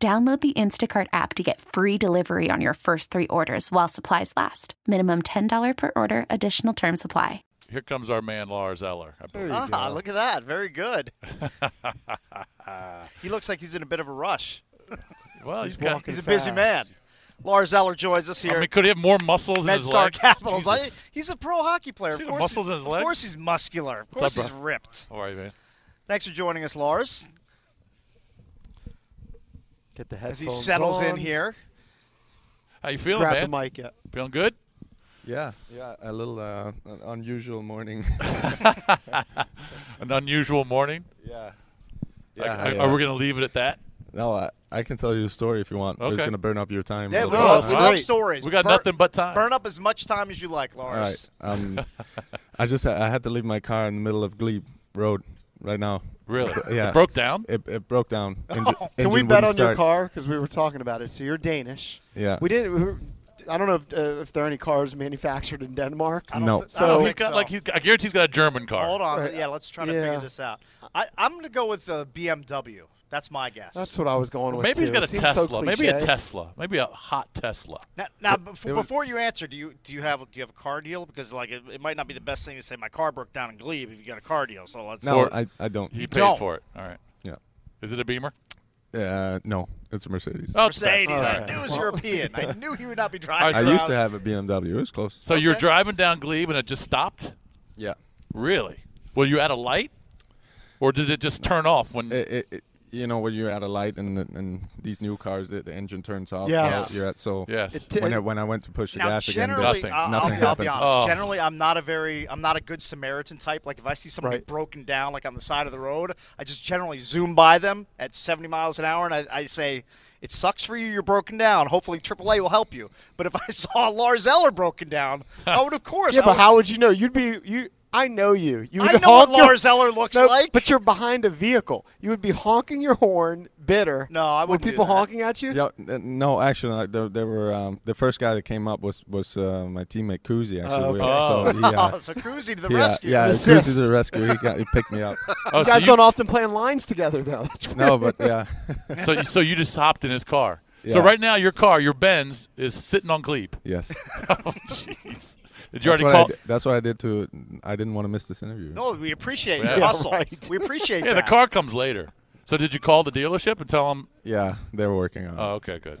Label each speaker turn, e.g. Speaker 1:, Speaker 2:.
Speaker 1: Download the Instacart app to get free delivery on your first three orders while supplies last. Minimum $10 per order, additional term supply.
Speaker 2: Here comes our man Lars Eller. I believe.
Speaker 3: Ah, look at that. Very good. he looks like he's in a bit of a rush.
Speaker 2: Well, he's,
Speaker 3: He's,
Speaker 2: got,
Speaker 3: a busy man. Lars Eller joins us
Speaker 2: I
Speaker 3: here.
Speaker 2: mean, could he have more muscles in his
Speaker 3: MedStar
Speaker 2: legs?
Speaker 3: Capitals. eh? I-
Speaker 2: Jesus.
Speaker 3: he's a pro hockey player.
Speaker 2: See
Speaker 3: of
Speaker 2: the
Speaker 3: course
Speaker 2: muscles
Speaker 3: he's-
Speaker 2: in his
Speaker 3: Of
Speaker 2: legs?
Speaker 3: course he's muscular. Of
Speaker 2: What's
Speaker 3: course
Speaker 2: up,
Speaker 3: he's
Speaker 2: bro?
Speaker 3: ripped.
Speaker 2: All right, man.
Speaker 3: Thanks for joining us, Lars,
Speaker 4: Get the
Speaker 3: as
Speaker 4: headphones
Speaker 3: he settles in
Speaker 4: on,
Speaker 3: here.
Speaker 2: How you feeling, man?
Speaker 4: Grab the mic. Yeah.
Speaker 2: Feeling good?
Speaker 5: Yeah, yeah, a little uh, an unusual morning.
Speaker 2: An unusual morning.
Speaker 5: yeah.
Speaker 2: Like,
Speaker 5: Yeah,
Speaker 2: are-
Speaker 5: Uh, yeah.
Speaker 2: Are we going to leave it at that?
Speaker 5: no, I, I can tell you a story if you want. But
Speaker 2: Okay.
Speaker 5: it's gonna burn up your time.
Speaker 3: Yeah,
Speaker 5: but-
Speaker 3: we
Speaker 2: no,
Speaker 3: love,
Speaker 2: that's
Speaker 3: we love
Speaker 2: great.
Speaker 3: stories.
Speaker 2: We got
Speaker 3: Burn-
Speaker 2: nothing but time.
Speaker 3: Burn up as much time as you like,
Speaker 5: All right.
Speaker 3: Lars.
Speaker 5: Um, I just I had to leave my car in the middle of Glebe Road right now.
Speaker 2: Really?
Speaker 5: Yeah.
Speaker 2: It broke down?
Speaker 5: It, it broke down. Engine-
Speaker 4: Can we
Speaker 5: engine
Speaker 4: bet
Speaker 5: wouldn't
Speaker 4: on your
Speaker 5: start.
Speaker 4: car? Because we were talking about it. So you're Danish.
Speaker 5: Yeah.
Speaker 4: We didn't. We were, I don't know if, uh, if there are any cars manufactured in Denmark.
Speaker 3: I don't
Speaker 5: No.
Speaker 3: thi- I
Speaker 4: So-
Speaker 3: don't
Speaker 2: Oh, he's
Speaker 3: think
Speaker 2: got
Speaker 3: so.
Speaker 2: like he's, I guarantee he's got a German car.
Speaker 3: Hold on. Yeah, let's try to
Speaker 4: Yeah.
Speaker 3: figure this out. I, I'm going to go with uh, BMW. That's my guess.
Speaker 4: That's what I was going with.
Speaker 2: Maybe he's
Speaker 4: too.
Speaker 2: got
Speaker 4: It
Speaker 2: a
Speaker 4: seems
Speaker 2: Tesla.
Speaker 4: so
Speaker 2: Maybe a
Speaker 4: cliche.
Speaker 2: Tesla. Maybe a hot Tesla.
Speaker 3: Now, now
Speaker 5: But
Speaker 3: befo-
Speaker 5: it was-
Speaker 3: before you answer, do you do you have do you have a car deal? Because like it, it might not be the best thing to say my car broke down in Glebe if you got a car deal. So let's
Speaker 5: No,
Speaker 2: Or-
Speaker 5: I, I don't.
Speaker 2: He paid
Speaker 3: don't.
Speaker 2: for it. All right.
Speaker 5: Yeah.
Speaker 2: Is it a Beamer?
Speaker 5: Uh, no, it's a Mercedes.
Speaker 2: Oh, it's a
Speaker 3: Mercedes.
Speaker 2: Benz. All
Speaker 3: I
Speaker 2: right.
Speaker 3: knew it was European. I knew he would not be
Speaker 2: All
Speaker 3: driving.
Speaker 2: right,
Speaker 5: I
Speaker 2: so-
Speaker 5: used to have a BMW. It was close.
Speaker 2: So you're
Speaker 3: Okay.
Speaker 2: driving down Glebe and it just stopped?
Speaker 5: yeah.
Speaker 2: Really? Were you at a light, or did it just turn off when?
Speaker 5: It, it, it, you know when you're at a light and and these new cars, the, the engine turns off.
Speaker 4: Yes.
Speaker 5: You're at so.
Speaker 2: yes.
Speaker 4: It t-
Speaker 5: when I, when I went to push the
Speaker 3: Now,
Speaker 5: gas again, the-
Speaker 3: generally,
Speaker 2: Nothing.
Speaker 3: I'll,
Speaker 5: nothing
Speaker 3: I'll, I'll be
Speaker 5: happened.
Speaker 3: honest.
Speaker 2: Oh.
Speaker 3: Generally, I'm not a very, I'm not a good Samaritan type. Like if I see somebody
Speaker 4: Right.
Speaker 3: broken down, like on the side of the road, I just generally zoom by them at 70 miles an hour, and I, I say, "It sucks for you. You're broken down. Hopefully, AAA will help you." But if I saw Lars Eller broken down, I would of course.
Speaker 4: Yeah,
Speaker 3: I
Speaker 4: but
Speaker 3: would-
Speaker 4: how would you know? You'd be you. I know you. You
Speaker 3: I
Speaker 4: would
Speaker 3: know what
Speaker 4: honk your-
Speaker 3: Lars Eller looks
Speaker 4: No,
Speaker 3: like.
Speaker 4: But you're behind a vehicle. You would be honking your horn, bitter.
Speaker 3: No, I
Speaker 4: Were
Speaker 3: wouldn't do
Speaker 4: people
Speaker 3: that.
Speaker 4: honking at you?
Speaker 5: Yeah, n- no, actually, like, there, there were um, the first guy that came up was was uh, my teammate Kuzi. Actually,
Speaker 4: Oh,
Speaker 5: We-
Speaker 2: okay.
Speaker 5: so he, uh,
Speaker 3: so Cruzy to Oh, the
Speaker 5: he, uh,
Speaker 3: rescue.
Speaker 5: yeah,
Speaker 4: Assist.
Speaker 5: Kuzi to the rescue. He, got, he picked me up.
Speaker 2: oh, so
Speaker 4: You guys
Speaker 2: you-
Speaker 4: don't often play in lines together, though. That's weird.
Speaker 5: No, but yeah,
Speaker 2: so, you- so you just hopped in his car. So
Speaker 5: Yeah.
Speaker 2: right now your car, your Benz, is sitting on Glebe.
Speaker 5: yes.
Speaker 2: Oh, jeez. Did you
Speaker 5: That's
Speaker 2: already
Speaker 5: what, I,
Speaker 2: call?
Speaker 5: di- that's what I did to. I didn't want to miss this interview.
Speaker 3: No, we appreciate
Speaker 2: Yeah.
Speaker 3: your
Speaker 2: Yeah,
Speaker 3: hustle.
Speaker 4: right.
Speaker 3: We appreciate
Speaker 2: Yeah, the
Speaker 3: that.
Speaker 2: car comes later. So did you call the dealership and tell them?
Speaker 5: Yeah, they were working on. it.
Speaker 2: Oh, okay, good.